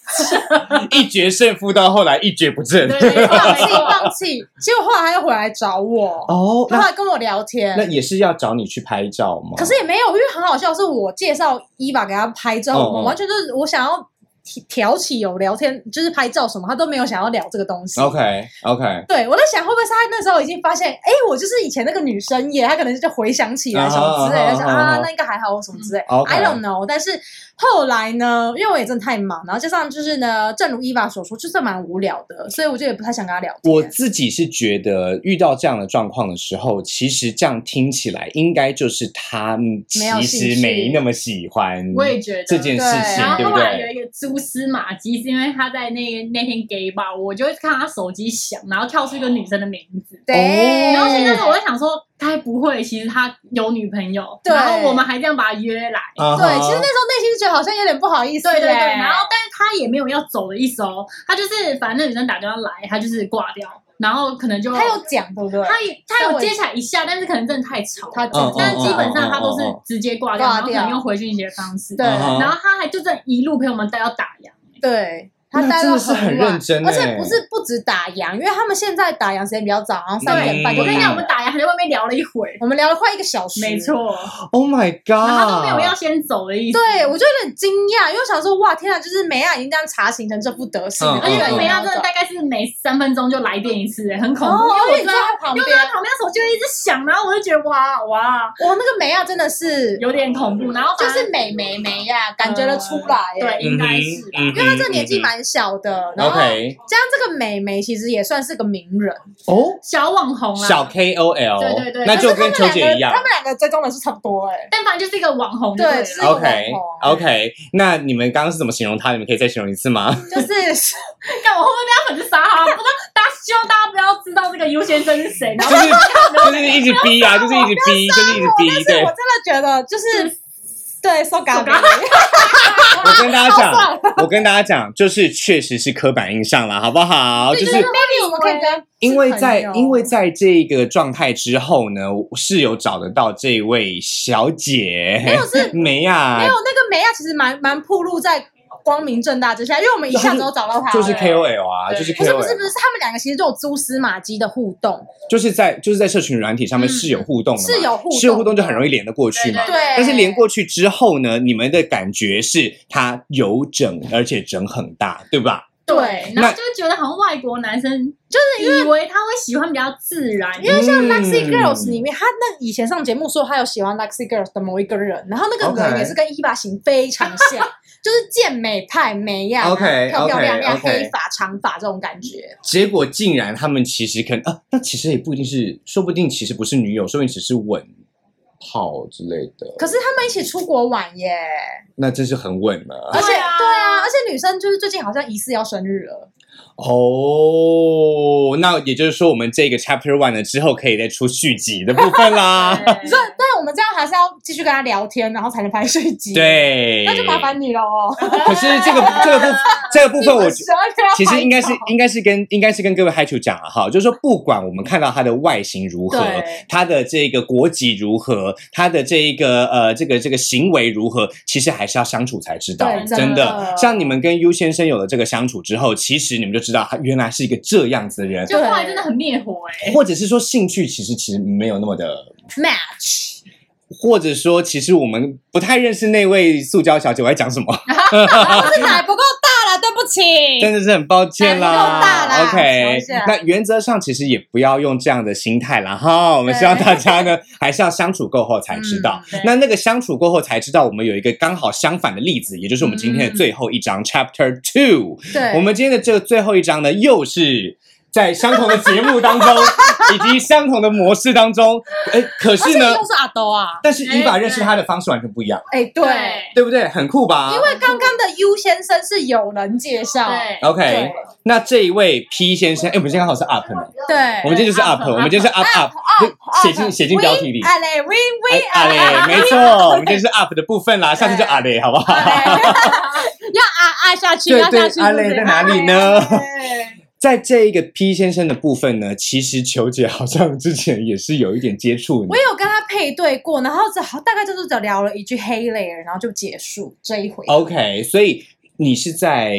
Speaker 1: 嗯一决胜负到后来一蹶不振
Speaker 3: 对。没错
Speaker 2: 放
Speaker 3: 没
Speaker 2: 弃
Speaker 3: 错
Speaker 2: 放弃，结果后来他又回来找我，
Speaker 1: 哦，
Speaker 2: 他后
Speaker 1: 那
Speaker 2: 来跟我聊天
Speaker 1: 那，也是要找你去拍照吗？
Speaker 2: 可是也没有，因为很好笑，是我介绍伊娃给他拍照，
Speaker 1: 哦哦
Speaker 2: 我完全就是我想要提挑起有聊天，就是拍照什么，他都没有想要聊这个东西。
Speaker 1: OK OK，
Speaker 2: 对，我在想会不会是他那时候已经发现，哎，我就是以前那个女生耶，他可能就回想起来什么之类
Speaker 1: 啊
Speaker 2: 的，
Speaker 1: 哈
Speaker 2: 想
Speaker 1: 啊哈啊
Speaker 2: 啊
Speaker 1: 哈，
Speaker 2: 那应该还好什么之类。
Speaker 1: 嗯，OK
Speaker 2: I don't know。但是后来呢，因为我也真的太忙，然后加上就是呢，正如伊娃所说，就是蛮无聊的，所以我就也不太想跟他聊天。
Speaker 1: 我自己是觉得遇到这样的状况的时候，其实这样听起来应该就是他
Speaker 2: 没有
Speaker 1: 其
Speaker 2: 兴趣
Speaker 1: 实没那么喜欢
Speaker 3: 我也觉得
Speaker 1: 这件事
Speaker 2: 对
Speaker 1: 情
Speaker 3: 然，
Speaker 1: 对
Speaker 3: 后
Speaker 1: 不
Speaker 3: 后来有
Speaker 1: 对？
Speaker 3: 一个蛛丝马迹，是因为他在那那天 gay 吧，我就看他手机响，然后跳出一个女生的名字。
Speaker 2: 对，
Speaker 1: 哦
Speaker 3: 然后现在我在想说，该不会其实他有女朋友，
Speaker 2: 对
Speaker 3: 然后我们还这样把他约来，
Speaker 1: 啊哈
Speaker 2: 对，其实那时候内心是觉得好像有点不好意思耶，
Speaker 3: 对对对，然后但是他也没有要走的意思哦，他就是反正那女生打电话来，他就是挂掉，然后可能就
Speaker 2: 他有讲对不对？
Speaker 3: 他也他
Speaker 2: 稍
Speaker 3: 有
Speaker 2: 微
Speaker 3: 接起来一下，但是可能真的太吵了，
Speaker 2: 他
Speaker 1: 嗯嗯
Speaker 3: 但是基本
Speaker 1: 嗯
Speaker 3: 上他
Speaker 1: 嗯
Speaker 3: 都是
Speaker 1: 嗯
Speaker 3: 直接挂掉，
Speaker 2: 挂
Speaker 3: 然后可能
Speaker 2: 掉
Speaker 3: 用回讯息的方式，
Speaker 2: 对
Speaker 1: 啊哈
Speaker 3: 然后他还就这样一路陪我们带到打烊，
Speaker 2: 对。他
Speaker 1: 那
Speaker 2: 待
Speaker 1: 真
Speaker 2: 到
Speaker 1: 的是很
Speaker 2: 晚
Speaker 1: 认真
Speaker 2: 而
Speaker 1: 欸
Speaker 2: 且不是不止打烊，因为他们现在打烊时间比较早，好像三点半
Speaker 1: 嗯
Speaker 2: 就
Speaker 3: 我
Speaker 2: 打
Speaker 3: 跟你
Speaker 2: 烊了。
Speaker 3: 讲，我们打烊还在外面聊了一会，
Speaker 2: 我们聊了快一个小时，
Speaker 3: 没。错，
Speaker 1: ，Oh my
Speaker 3: 然
Speaker 1: God，
Speaker 3: 后他都没有要先走的意思，
Speaker 2: 对，我就有点惊讶，因为我想说，哇，天啊，就是梅亚已经这样查行成这副德行了，
Speaker 1: 嗯
Speaker 3: 而
Speaker 1: 嗯
Speaker 3: 且梅亚
Speaker 2: 亚
Speaker 3: 真的大概是每三分钟就来电一次，很恐怖。
Speaker 2: 哦，
Speaker 3: 因
Speaker 2: 而
Speaker 3: 为我
Speaker 2: 且
Speaker 3: 知
Speaker 2: 你坐，
Speaker 3: 道
Speaker 2: 在旁
Speaker 3: 因为
Speaker 2: 边，
Speaker 3: 他旁边手机就一直响，然后我就觉得哇哇，
Speaker 2: 哇，那个梅亚真的是
Speaker 3: 有点恐怖。然后
Speaker 2: 就
Speaker 3: 反正
Speaker 2: 是美眉梅亚，感觉得出来，
Speaker 3: 嗯对，，应该是吧。
Speaker 1: 因为
Speaker 2: 因为她这个
Speaker 3: 嗯
Speaker 2: 年纪蛮小的，然后
Speaker 1: 嗯 OK
Speaker 2: 加上这个美眉其实也算是个名人，
Speaker 1: 哦，
Speaker 3: 小网红啊，
Speaker 1: 小 KOL，
Speaker 3: 对对对
Speaker 1: 那就跟
Speaker 2: 可
Speaker 1: 球
Speaker 2: 是他们两
Speaker 1: 姐
Speaker 2: 个
Speaker 1: 一样
Speaker 2: 他。们两个追踪的是差不多 哎、
Speaker 3: 但凡就是一个网红就了
Speaker 2: 对是我
Speaker 1: OK
Speaker 2: 网
Speaker 1: OK，那你们刚刚是怎么形容他？你们可以再形容一次吗？
Speaker 2: 就是
Speaker 3: 干我会不会被他粉丝杀啊？不知道，大家希望大家不要知道这个 U 先生是谁，然
Speaker 1: 就
Speaker 3: 后
Speaker 1: 是就是一直逼啊，就是一直逼，就是一直逼。
Speaker 2: 但
Speaker 1: 对
Speaker 2: 是我，真的觉得就是对，so g a
Speaker 1: 我跟大家
Speaker 2: 好爽
Speaker 1: 讲，我跟大家讲，就是确实是刻板印象啦，好不好？哦就
Speaker 2: 就是
Speaker 1: 是
Speaker 2: maybe 我们可以跟
Speaker 1: 因为在
Speaker 2: 是朋友
Speaker 1: 因为在这个状态之后呢，我是有找得到这位小
Speaker 2: 没
Speaker 1: 姐
Speaker 2: 有是
Speaker 1: 梅亚
Speaker 2: 没有，那个梅亚其实蛮蛮铺路在光明正大之下，因为我们一下子都找到他了，
Speaker 1: 就是
Speaker 3: 对
Speaker 1: KOL 啊，
Speaker 3: 对
Speaker 1: 就是
Speaker 2: 不
Speaker 1: KOL，
Speaker 2: 是不是不是，他们两个其实都有蛛丝马迹的互动，
Speaker 1: 就是在就是在社群软体上面
Speaker 3: 嗯
Speaker 1: 是有互动的嘛，
Speaker 2: 是有互动
Speaker 1: 是有互动就很容易连得过去嘛。
Speaker 2: 对。
Speaker 3: 对
Speaker 1: 但是连过去之后呢，你们的感觉是它有整，而且整很大，对吧？
Speaker 3: 对，
Speaker 1: 那
Speaker 3: 然后就觉得好像外国男生就是以为他会喜欢比较自然，
Speaker 2: 因为像
Speaker 1: 嗯
Speaker 2: Luxy Girls 里面，他那以前上节目说他有喜欢 Luxy Girls 的某一个人，然后那个
Speaker 1: OK
Speaker 2: 人也是跟伊娃型非常 像，就是健美派美呀
Speaker 1: OK，
Speaker 2: 漂漂亮亮
Speaker 1: OK，OK
Speaker 2: 黑发长发这种感觉。
Speaker 1: 结果竟然他们其实可能啊，那其实也不一定是，说不定其实不是女友，说不定只是吻炮之类的。
Speaker 2: 可是他们一起出国玩耶，
Speaker 1: 那真是很稳了。
Speaker 2: 而且
Speaker 3: 对啊
Speaker 2: 对啊，而且女生就是最近好像疑似要生日了，
Speaker 1: 哦，那也就是说，我们这个 Chapter One 呢之后可以再出续集的部分 啦。
Speaker 3: 对
Speaker 2: 所以，但是我们这样还是要继续跟他聊天，然后才能拍续集。，
Speaker 1: 对，
Speaker 2: 那就麻。烦你了哦。
Speaker 1: 可是这个这个部这个部分，我觉
Speaker 2: 十二月要
Speaker 1: 其
Speaker 2: 拍
Speaker 1: 实应该是
Speaker 2: 照
Speaker 1: 应该是跟应该是跟各位嗨球讲了啊哈，就是说不管我们看到它的外形如何
Speaker 3: 对，
Speaker 1: 它的这个国籍如何，它的这一个呃这个这个行为如何，其实还是要相处才知道。
Speaker 2: 对
Speaker 1: 真
Speaker 2: 真
Speaker 3: 的
Speaker 1: 像你们跟 U 先生有了这个相处之后，其实你们就知道他原来是一个这样子的人，
Speaker 3: 就后来真的很灭火哎、
Speaker 1: 或者是说兴趣其实其实没有那么的。
Speaker 2: match，
Speaker 1: 或者说，其实我们不太认识那位塑胶小姐，我在讲什么？
Speaker 2: 是奶不够大了，对不
Speaker 1: 真
Speaker 2: 起。
Speaker 1: 的是很抱歉啦。
Speaker 2: 哎不用大啦
Speaker 1: OK，
Speaker 2: 小姐
Speaker 1: 那原则上其实也不要用这样的心态啦哈。我们希望大家呢， 还是要相处过后才知道。
Speaker 3: 嗯对
Speaker 1: 那那个相处过后才知道，我们有一个刚好相反的例子，也就是我们今天的最后一章、Chapter Two。
Speaker 2: 嗯对
Speaker 1: 我们今天的这个最后一章呢，又是。在相同的节目当 中，以及相同的模式当中，哎，可
Speaker 2: 而
Speaker 1: 是
Speaker 2: 且
Speaker 1: 呢，
Speaker 2: 又是阿兜啊。
Speaker 1: 但是伊法
Speaker 3: 哎
Speaker 1: 认识
Speaker 3: 对
Speaker 1: 他的方式完全不一样，
Speaker 2: 哎，对，
Speaker 3: 对
Speaker 1: 对不对？很酷吧？
Speaker 2: 因为刚刚的 U 先生是有人介绍，
Speaker 3: 对
Speaker 1: OK，
Speaker 2: 对
Speaker 1: 那这一位 P 先生，哎，我们今天刚好是 up 呢，
Speaker 2: 对，
Speaker 1: 我们今天就是
Speaker 3: up，
Speaker 1: up，我们今天是 up up，写进写进标题里。
Speaker 2: 啊嘞，we
Speaker 1: 哎
Speaker 2: we
Speaker 1: 啊嘞，没错，
Speaker 2: 哎
Speaker 1: 我们今天是 up 的部分啦，下次就啊嘞，好不好？
Speaker 2: 要啊啊下哎 去，
Speaker 1: 对
Speaker 2: 要下去，
Speaker 1: 对啊嘞在哪里呢
Speaker 2: 啊嘞
Speaker 1: 在这一个 P 先生的部分呢，其实球姐好像之前也是有一点接触
Speaker 2: 我
Speaker 1: 你。
Speaker 2: 也有跟他配对过，然后只好大概就是只聊了一句黑雷，然后就结束这一
Speaker 1: 哦
Speaker 2: 回，
Speaker 1: OK，所以你是在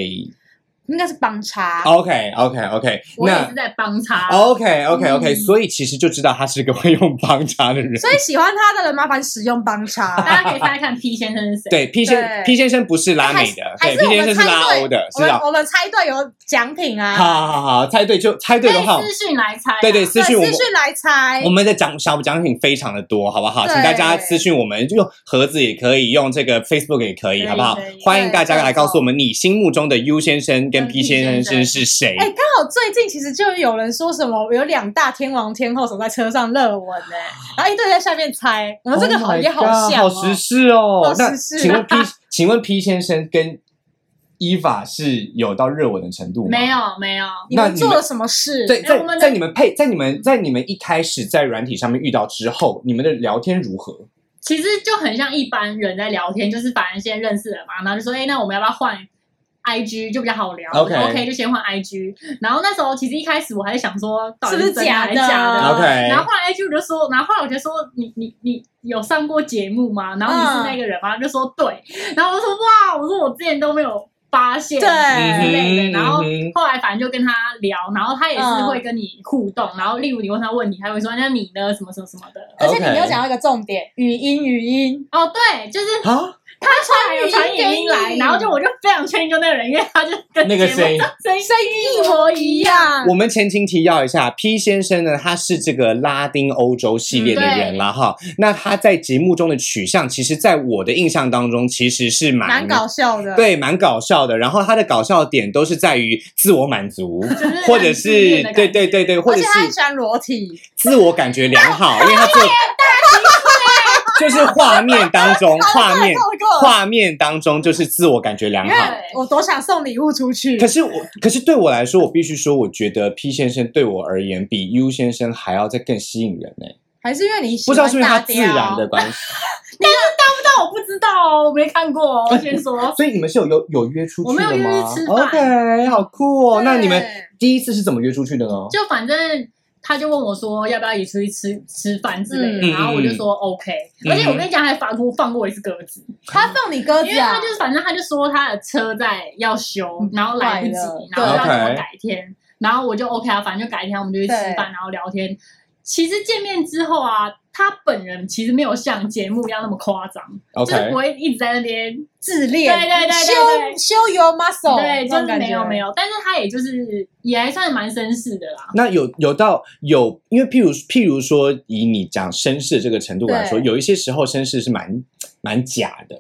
Speaker 2: 应该是帮差。
Speaker 1: OK OK OK，
Speaker 3: 我也
Speaker 1: 那
Speaker 3: 是在帮他。
Speaker 2: 啊
Speaker 1: OK OK OK，
Speaker 3: 嗯
Speaker 1: 所以其实就知道他是个会用帮茶的人。
Speaker 2: 所以喜欢他的人，麻烦使用帮 差。
Speaker 1: 啊
Speaker 3: 大家可以猜猜看 P 先生是谁？
Speaker 1: 对 P 先
Speaker 2: 对
Speaker 1: P 先生不是拉美的，
Speaker 2: 还
Speaker 1: 对 P
Speaker 2: 是
Speaker 1: 先生
Speaker 2: 还是我们
Speaker 1: 是
Speaker 2: 猜
Speaker 1: 拉欧
Speaker 2: 对
Speaker 1: 的，
Speaker 2: 我
Speaker 1: 是
Speaker 2: 们
Speaker 1: 啊。
Speaker 2: 我们猜对有奖品啊，
Speaker 1: 好好好，猜对就猜对
Speaker 3: 可
Speaker 1: 的
Speaker 3: 以
Speaker 1: 话，
Speaker 3: 私讯来猜啊。
Speaker 1: 对对，私
Speaker 2: 对，
Speaker 1: 信我们
Speaker 2: 私。讯来猜
Speaker 1: 我。们的奖小奖品非常的多，好不好？
Speaker 2: 对
Speaker 1: 请大家私信我们，用盒子也可以，用这个 Facebook 也可以，
Speaker 3: 对
Speaker 1: 好不好
Speaker 3: 对？
Speaker 1: 欢迎大家
Speaker 2: 对
Speaker 1: 来告诉我们你心目中的 U 先生跟
Speaker 3: 跟
Speaker 1: P
Speaker 3: P
Speaker 1: 先
Speaker 3: 先
Speaker 1: 生
Speaker 3: 生
Speaker 1: 是谁？
Speaker 2: 哎，刚好最近其实就有人说什么有两大天王天后守在车上热吻呢，然后一堆人在下面猜，我们这个
Speaker 1: 啊 Oh
Speaker 2: 好
Speaker 1: my
Speaker 2: 也好
Speaker 1: God，
Speaker 2: 像
Speaker 1: 好
Speaker 2: 哦，
Speaker 1: 时事哦
Speaker 2: 好。
Speaker 1: 那
Speaker 2: 时事
Speaker 1: 请问 P，请问 P 先生跟伊法是有到热吻的程度吗？
Speaker 3: 没。有没有，
Speaker 2: 你
Speaker 1: 那
Speaker 2: 们
Speaker 1: 你
Speaker 2: 做
Speaker 1: 们
Speaker 2: 了什么事？
Speaker 1: 对，
Speaker 3: 哎
Speaker 1: 在
Speaker 3: 我们的
Speaker 1: 在你们配，在你们在你们一开始在软体上面遇到之后，你们的聊天如何？
Speaker 3: 其实就很像一般人在聊天，就是反正先认识了嘛，然后就说，哎、那我们要不要换 I G 就比较好聊
Speaker 1: OK
Speaker 3: 我说 OK 就先换 I G。然后那时候其实一开始我还在想说，到底
Speaker 2: 是不是
Speaker 3: 真的还是假
Speaker 2: 假的
Speaker 3: 的
Speaker 1: OK
Speaker 3: 呃然后后来 I G 我就说，然后后来我就说，你你你有上过节目吗？然后你是那个人吗？他就说对，然后我就说哇，我说我之前都没有发现，
Speaker 2: 嗯对
Speaker 3: 之类
Speaker 1: 嗯哼
Speaker 3: 的。然后
Speaker 1: 嗯哼
Speaker 3: 后来反正就跟他聊，然后他也是
Speaker 2: 嗯
Speaker 3: 会跟你互动，然后例如你问他问题，他会说那你呢？什么什么什么的。
Speaker 2: 而且你
Speaker 1: OK
Speaker 2: 没有讲到一个重点，语音语音，
Speaker 3: 哦，对，就是
Speaker 1: 啊，
Speaker 3: 他有传语音来，然后就我就非常确定就那个人，因为他就跟
Speaker 1: 那个
Speaker 3: 节目
Speaker 1: 谁，
Speaker 3: 声音
Speaker 2: 声音一模一样。
Speaker 1: 我们前情提要一下，P 先生呢，他是这个拉丁欧洲系列的人啦哈。那他在节目中的取向，其实在我的印象当中，其实是蛮
Speaker 2: 蛮搞笑的，，
Speaker 1: 对，蛮搞笑的。然后他的搞笑点都是在于自我满足，
Speaker 3: 就是
Speaker 1: 或者
Speaker 3: 很自
Speaker 1: 是
Speaker 3: 恋的感
Speaker 1: 对
Speaker 3: 觉
Speaker 1: 对对对，或
Speaker 2: 而
Speaker 1: 者
Speaker 2: 且
Speaker 1: 是
Speaker 2: 他很喜欢裸体，
Speaker 1: 自我感觉良好，因为他做就是画面当中，画面
Speaker 2: 透过，
Speaker 1: 画面当中就是自我感觉良
Speaker 2: 你
Speaker 1: 好
Speaker 2: 看。我多想送礼物出去
Speaker 1: 可，是我，可是对我来说，我必须说，我觉得 P 先生对我而言比 U 先生还要再更吸引人呢、
Speaker 2: 还是因为你喜
Speaker 1: 不
Speaker 2: 欢
Speaker 1: 知道是不是
Speaker 2: 大啊
Speaker 1: 他自然的
Speaker 2: 雕，
Speaker 1: 关系，。
Speaker 3: 但我不知道哦，我没看过哦，我先说
Speaker 1: 所以你们是有有有约出去的吗
Speaker 3: 我们有约吃饭
Speaker 1: o k 好酷哦！
Speaker 2: 对
Speaker 1: 那你们第一次是怎么约出去的呢？
Speaker 3: 就反正他就问我说要不要一起出去吃吃饭之类的，
Speaker 1: 嗯
Speaker 3: 然后我就说 OK，
Speaker 1: 嗯
Speaker 3: 而且我跟你讲，他还反复放过一次鸽子，
Speaker 2: 他放你鸽
Speaker 3: 因
Speaker 2: 子
Speaker 3: 为他
Speaker 2: 啊
Speaker 3: 就，是反正他就说他的车在要修
Speaker 2: 嗯，
Speaker 3: 然后来不及
Speaker 2: 坏了，
Speaker 3: 然后要
Speaker 1: 对
Speaker 3: 跟我改天，然后我就 OK 啊，反正就改天我们就去吃
Speaker 2: 对
Speaker 3: 饭，然后聊天。其实见面之后啊，他本人其实没有像节目一样那么夸张，
Speaker 1: OK，
Speaker 3: 就是不会一直在那边，
Speaker 2: 自恋，
Speaker 3: 对对对对
Speaker 2: 修
Speaker 3: 对
Speaker 2: 修 your muscle，那
Speaker 3: 对，就
Speaker 2: 种
Speaker 3: 是
Speaker 2: 感
Speaker 3: 没有
Speaker 2: 觉
Speaker 3: 没，有，但是他也就是也还算蛮绅士的啦。
Speaker 1: 那有有到有，因为譬如譬如说，以你讲绅士这个程度来说，
Speaker 2: 对
Speaker 1: 有一些时候绅士是蛮蛮假的，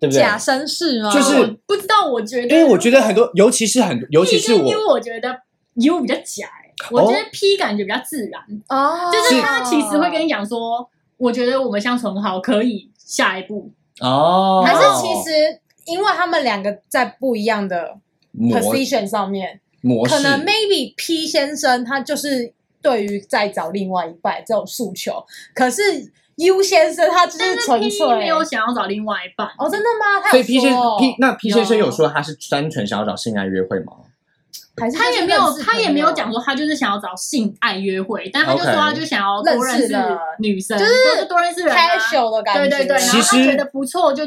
Speaker 1: 对不对？
Speaker 2: 假绅士吗？
Speaker 1: 就是
Speaker 3: 我不知道，我觉得，
Speaker 1: 因为我觉得很多，尤其是很多，尤其是
Speaker 3: 因为
Speaker 1: 我，
Speaker 3: 我觉得 U 比较假、欸，我觉得 P 感觉比较自然，
Speaker 2: 哦，
Speaker 3: 就是他其实会跟你讲说，我觉得我们相处很好，可以下一步。
Speaker 1: 哦，
Speaker 2: 还是其实因为他们两个在不一样的
Speaker 1: 磨
Speaker 2: position 上面，
Speaker 1: 模式
Speaker 2: 可，能 maybe P 先生他就是对于再找另外一半这种诉求，可是 U 先生他哦就是
Speaker 3: 但是
Speaker 2: 纯
Speaker 3: P 没
Speaker 2: 粹
Speaker 3: 有想要找另外一半，
Speaker 2: 哦，真的吗？他
Speaker 1: 所
Speaker 2: 有
Speaker 1: 以 P 先
Speaker 2: 说
Speaker 1: P 那 P 先生有
Speaker 3: 有
Speaker 1: 说他是单纯想要找性爱约会吗？
Speaker 2: 还是
Speaker 3: 他也没有，
Speaker 2: 就是认识
Speaker 3: 他也没有
Speaker 2: 朋友
Speaker 3: 讲说他就是想要找性爱约会，但他就说
Speaker 1: OK
Speaker 3: 他就想要多认
Speaker 2: 认识
Speaker 3: 识
Speaker 2: 的
Speaker 3: 女生，
Speaker 2: 就是
Speaker 3: 是多认识人、啊。
Speaker 2: casual 的感觉，
Speaker 3: 对对对，然
Speaker 1: 其
Speaker 3: 后
Speaker 1: 实
Speaker 3: 他觉得不错就。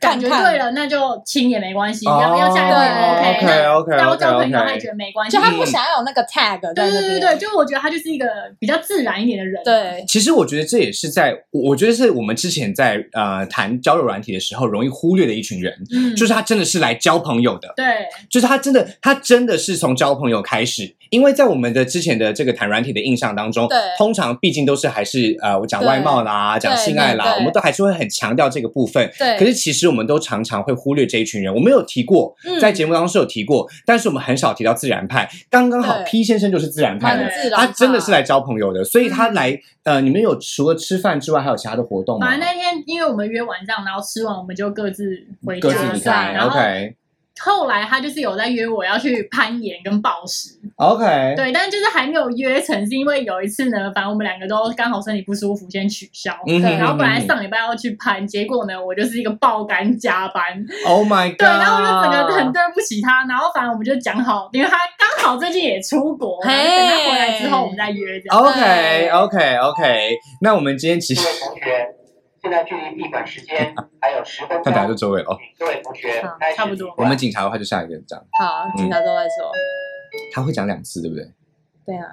Speaker 3: 感觉
Speaker 2: 看看
Speaker 3: 对了，那就亲也没关系，
Speaker 1: 哦
Speaker 3: 要不要下一位也 OK，
Speaker 2: 对
Speaker 3: 那
Speaker 1: OK，OK，OK，
Speaker 3: 那我交朋友
Speaker 1: OK
Speaker 3: 他也觉得没关系。
Speaker 2: 就他不想要有那个 tag 在
Speaker 3: 对
Speaker 2: 那
Speaker 3: 对
Speaker 2: 边，
Speaker 3: 嗯对对，就我觉得他就是一个比较自然一点的人。
Speaker 2: 对
Speaker 1: 其实我觉得这也是在，我我觉得是我们之前在呃谈交友软体的时候容易忽略的一群人，
Speaker 3: 嗯，
Speaker 1: 就是他真的是来交朋友的，
Speaker 3: 对，
Speaker 1: 就是他真的他真的是从交朋友开始，因为在我们的之前的这个谈软体的印象当中
Speaker 2: 对，
Speaker 1: 通常毕竟都是还是呃我讲外貌啦，讲性爱
Speaker 2: 对
Speaker 1: 啦
Speaker 2: 对，对
Speaker 1: 我们都还是会很强调这个部分。
Speaker 2: 对
Speaker 1: 可是其实我们都常常会忽略这一群人，我们有提过，
Speaker 2: 嗯
Speaker 1: 在节目当中是有提过，但是我们很少提到自然派。刚刚好
Speaker 2: 对
Speaker 1: P 先生就是自然派
Speaker 2: 蛮
Speaker 1: 的，
Speaker 2: 自
Speaker 1: 嗯
Speaker 2: 然
Speaker 1: 他
Speaker 2: 吧，
Speaker 1: 真的是来交朋友的，所以
Speaker 3: 嗯
Speaker 1: 他来呃，你们有除了吃饭之外，还有其他的活动吗？
Speaker 3: 反正那天因为我们约晚上，然后吃完我们就各自回
Speaker 1: 各
Speaker 3: 家
Speaker 1: 自离开
Speaker 3: 然后
Speaker 1: ，OK
Speaker 3: 后来他就是有在约我要去攀岩跟暴食，
Speaker 1: OK，
Speaker 3: 对，但就是还没有约成，是因为有一次呢，反正我们两个都刚好身体不舒服，先取消。
Speaker 1: 嗯
Speaker 2: 对
Speaker 3: 然后本来
Speaker 1: 嗯
Speaker 3: 上礼拜要去攀，结果呢，我就是一个爆肝加班，
Speaker 1: Oh my God，
Speaker 3: 对，然后我就整个很对不起他，然后反正我们就讲好，因为他刚好最近也出国，
Speaker 2: 嘿
Speaker 3: 然后等他回来之后我们再约
Speaker 1: 哦
Speaker 3: 这样。
Speaker 1: OK OK OK，那我们今天其
Speaker 4: 各
Speaker 1: 实
Speaker 4: 位同学，现在距离闭馆时 间还有十分
Speaker 1: 那
Speaker 4: 钟，
Speaker 1: 等下就周围了哦。
Speaker 4: 请各位同学
Speaker 2: 好
Speaker 4: 开始
Speaker 3: 嗯差不多
Speaker 1: 我们警察的话就下一个讲，
Speaker 2: 好，警察都在说，
Speaker 1: 他会讲两次，对不对？
Speaker 2: 对啊，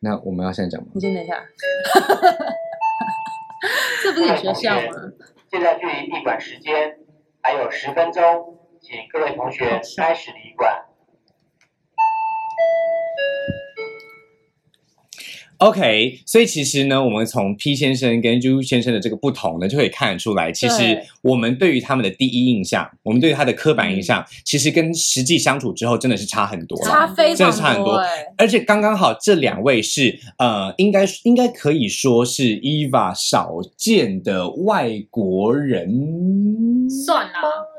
Speaker 1: 那我们要现在讲吗？
Speaker 2: 你先等一下，这不是你学校吗？
Speaker 4: 现在距离闭馆时间还有十分钟，请各位同学开始离馆。
Speaker 1: OK，所以其实呢，我们从 P 先生跟 U 先生的这个不同呢，就可以看得出来，其实
Speaker 2: 对嗯
Speaker 1: 我们对于他们的第一印象，我们对于他的刻板印象，其实跟实际相处之后真的是差很多啦，
Speaker 2: 差非
Speaker 1: 真的差
Speaker 2: 常
Speaker 1: 很多
Speaker 2: 哎，
Speaker 1: 而且刚刚好，这两位是呃，应该应该可以说是 Eva 少见的外国人，
Speaker 3: 算啦，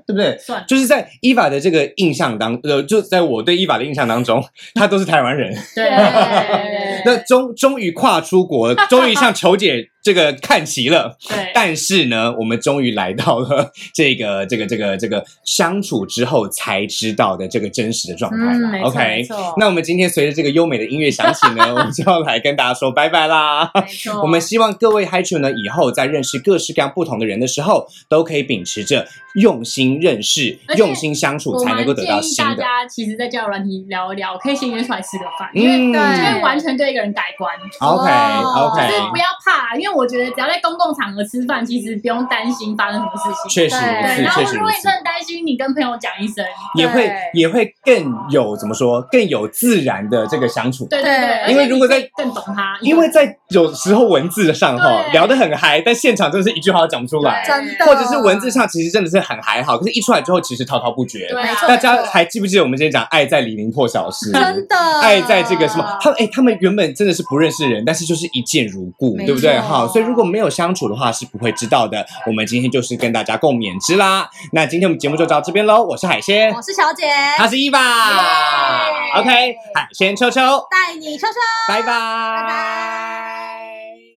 Speaker 1: 对不对？
Speaker 3: 算了，
Speaker 1: 就是在 Eva 的这个印象当，呃，就在我对 Eva 的印象当中， 他都是台湾人。
Speaker 3: 对对对
Speaker 1: 那终终于跨出国了，终于向球姐这个看齐了。
Speaker 3: 对对，
Speaker 1: 但是呢，我们终于来到了这个这个这个这个相处之后才知道的这个真实的状态
Speaker 3: 嗯，
Speaker 1: 了。
Speaker 3: 没错
Speaker 1: OK，
Speaker 3: 没错，
Speaker 1: 那我们今天随着这个优美的音乐响起 呢，我们就要来跟大家说拜拜啦。
Speaker 3: 没错，
Speaker 1: 我们希望各位 Hi 呢，以后在认识各式各样不同的人的时候，都可以秉持着用心认识
Speaker 3: 而、且
Speaker 1: 用心相处，才能够得到
Speaker 3: 我蛮建议
Speaker 1: 新
Speaker 3: 大
Speaker 1: 的。
Speaker 3: 家其实，在交友软体聊一聊，可以先约出来吃个饭，因为
Speaker 1: 嗯
Speaker 3: 因为
Speaker 2: 对
Speaker 3: 完全对一个人改观。
Speaker 1: OK
Speaker 3: 就
Speaker 1: OK，
Speaker 3: 是不要怕，因为我觉得只要在公共场合吃饭，其实不用担心发生什么事情。
Speaker 1: 确实如
Speaker 3: 对，
Speaker 1: 此，
Speaker 3: 然后
Speaker 1: 确实
Speaker 3: 如
Speaker 1: 如
Speaker 3: 果你
Speaker 1: 此
Speaker 3: 真，的担心，你跟朋友讲一声。
Speaker 1: 也会
Speaker 2: 对
Speaker 1: 也会更有怎么说，更有自然的这个相处。
Speaker 3: 对
Speaker 2: 对
Speaker 3: 对对，
Speaker 1: 因为
Speaker 3: 而且
Speaker 1: 如果在
Speaker 3: 你可以更懂他，
Speaker 1: 因为在有时候文字上哈
Speaker 3: 对
Speaker 1: 聊得很嗨，但现场真的是一句话都讲不出来，
Speaker 3: 对
Speaker 2: 真的，
Speaker 1: 或者是文字上其实真的是很还好，可是一出来之后其实滔滔不绝。
Speaker 3: 对
Speaker 2: 没
Speaker 3: 啊
Speaker 2: 错，
Speaker 1: 大家
Speaker 2: 没错
Speaker 1: 还记不记得我们之前讲《爱在黎明破晓时》？
Speaker 2: 真的
Speaker 1: 爱在这个什么，他们哎、他们原本真的是不认识人，但是就是一见如故，
Speaker 2: 没
Speaker 1: 对不对？
Speaker 2: 错
Speaker 1: 哈，所以如果没有相处的话，是不会知道的。我们今天就是跟大家共勉之啦。那今天我们节目就到这边喽，我是海鲜
Speaker 2: 我，是小姐，
Speaker 1: 他是伊爸
Speaker 2: 耶
Speaker 1: ，OK，海鲜秋秋，
Speaker 2: 带你秋秋。
Speaker 1: 拜拜，拜
Speaker 2: 拜。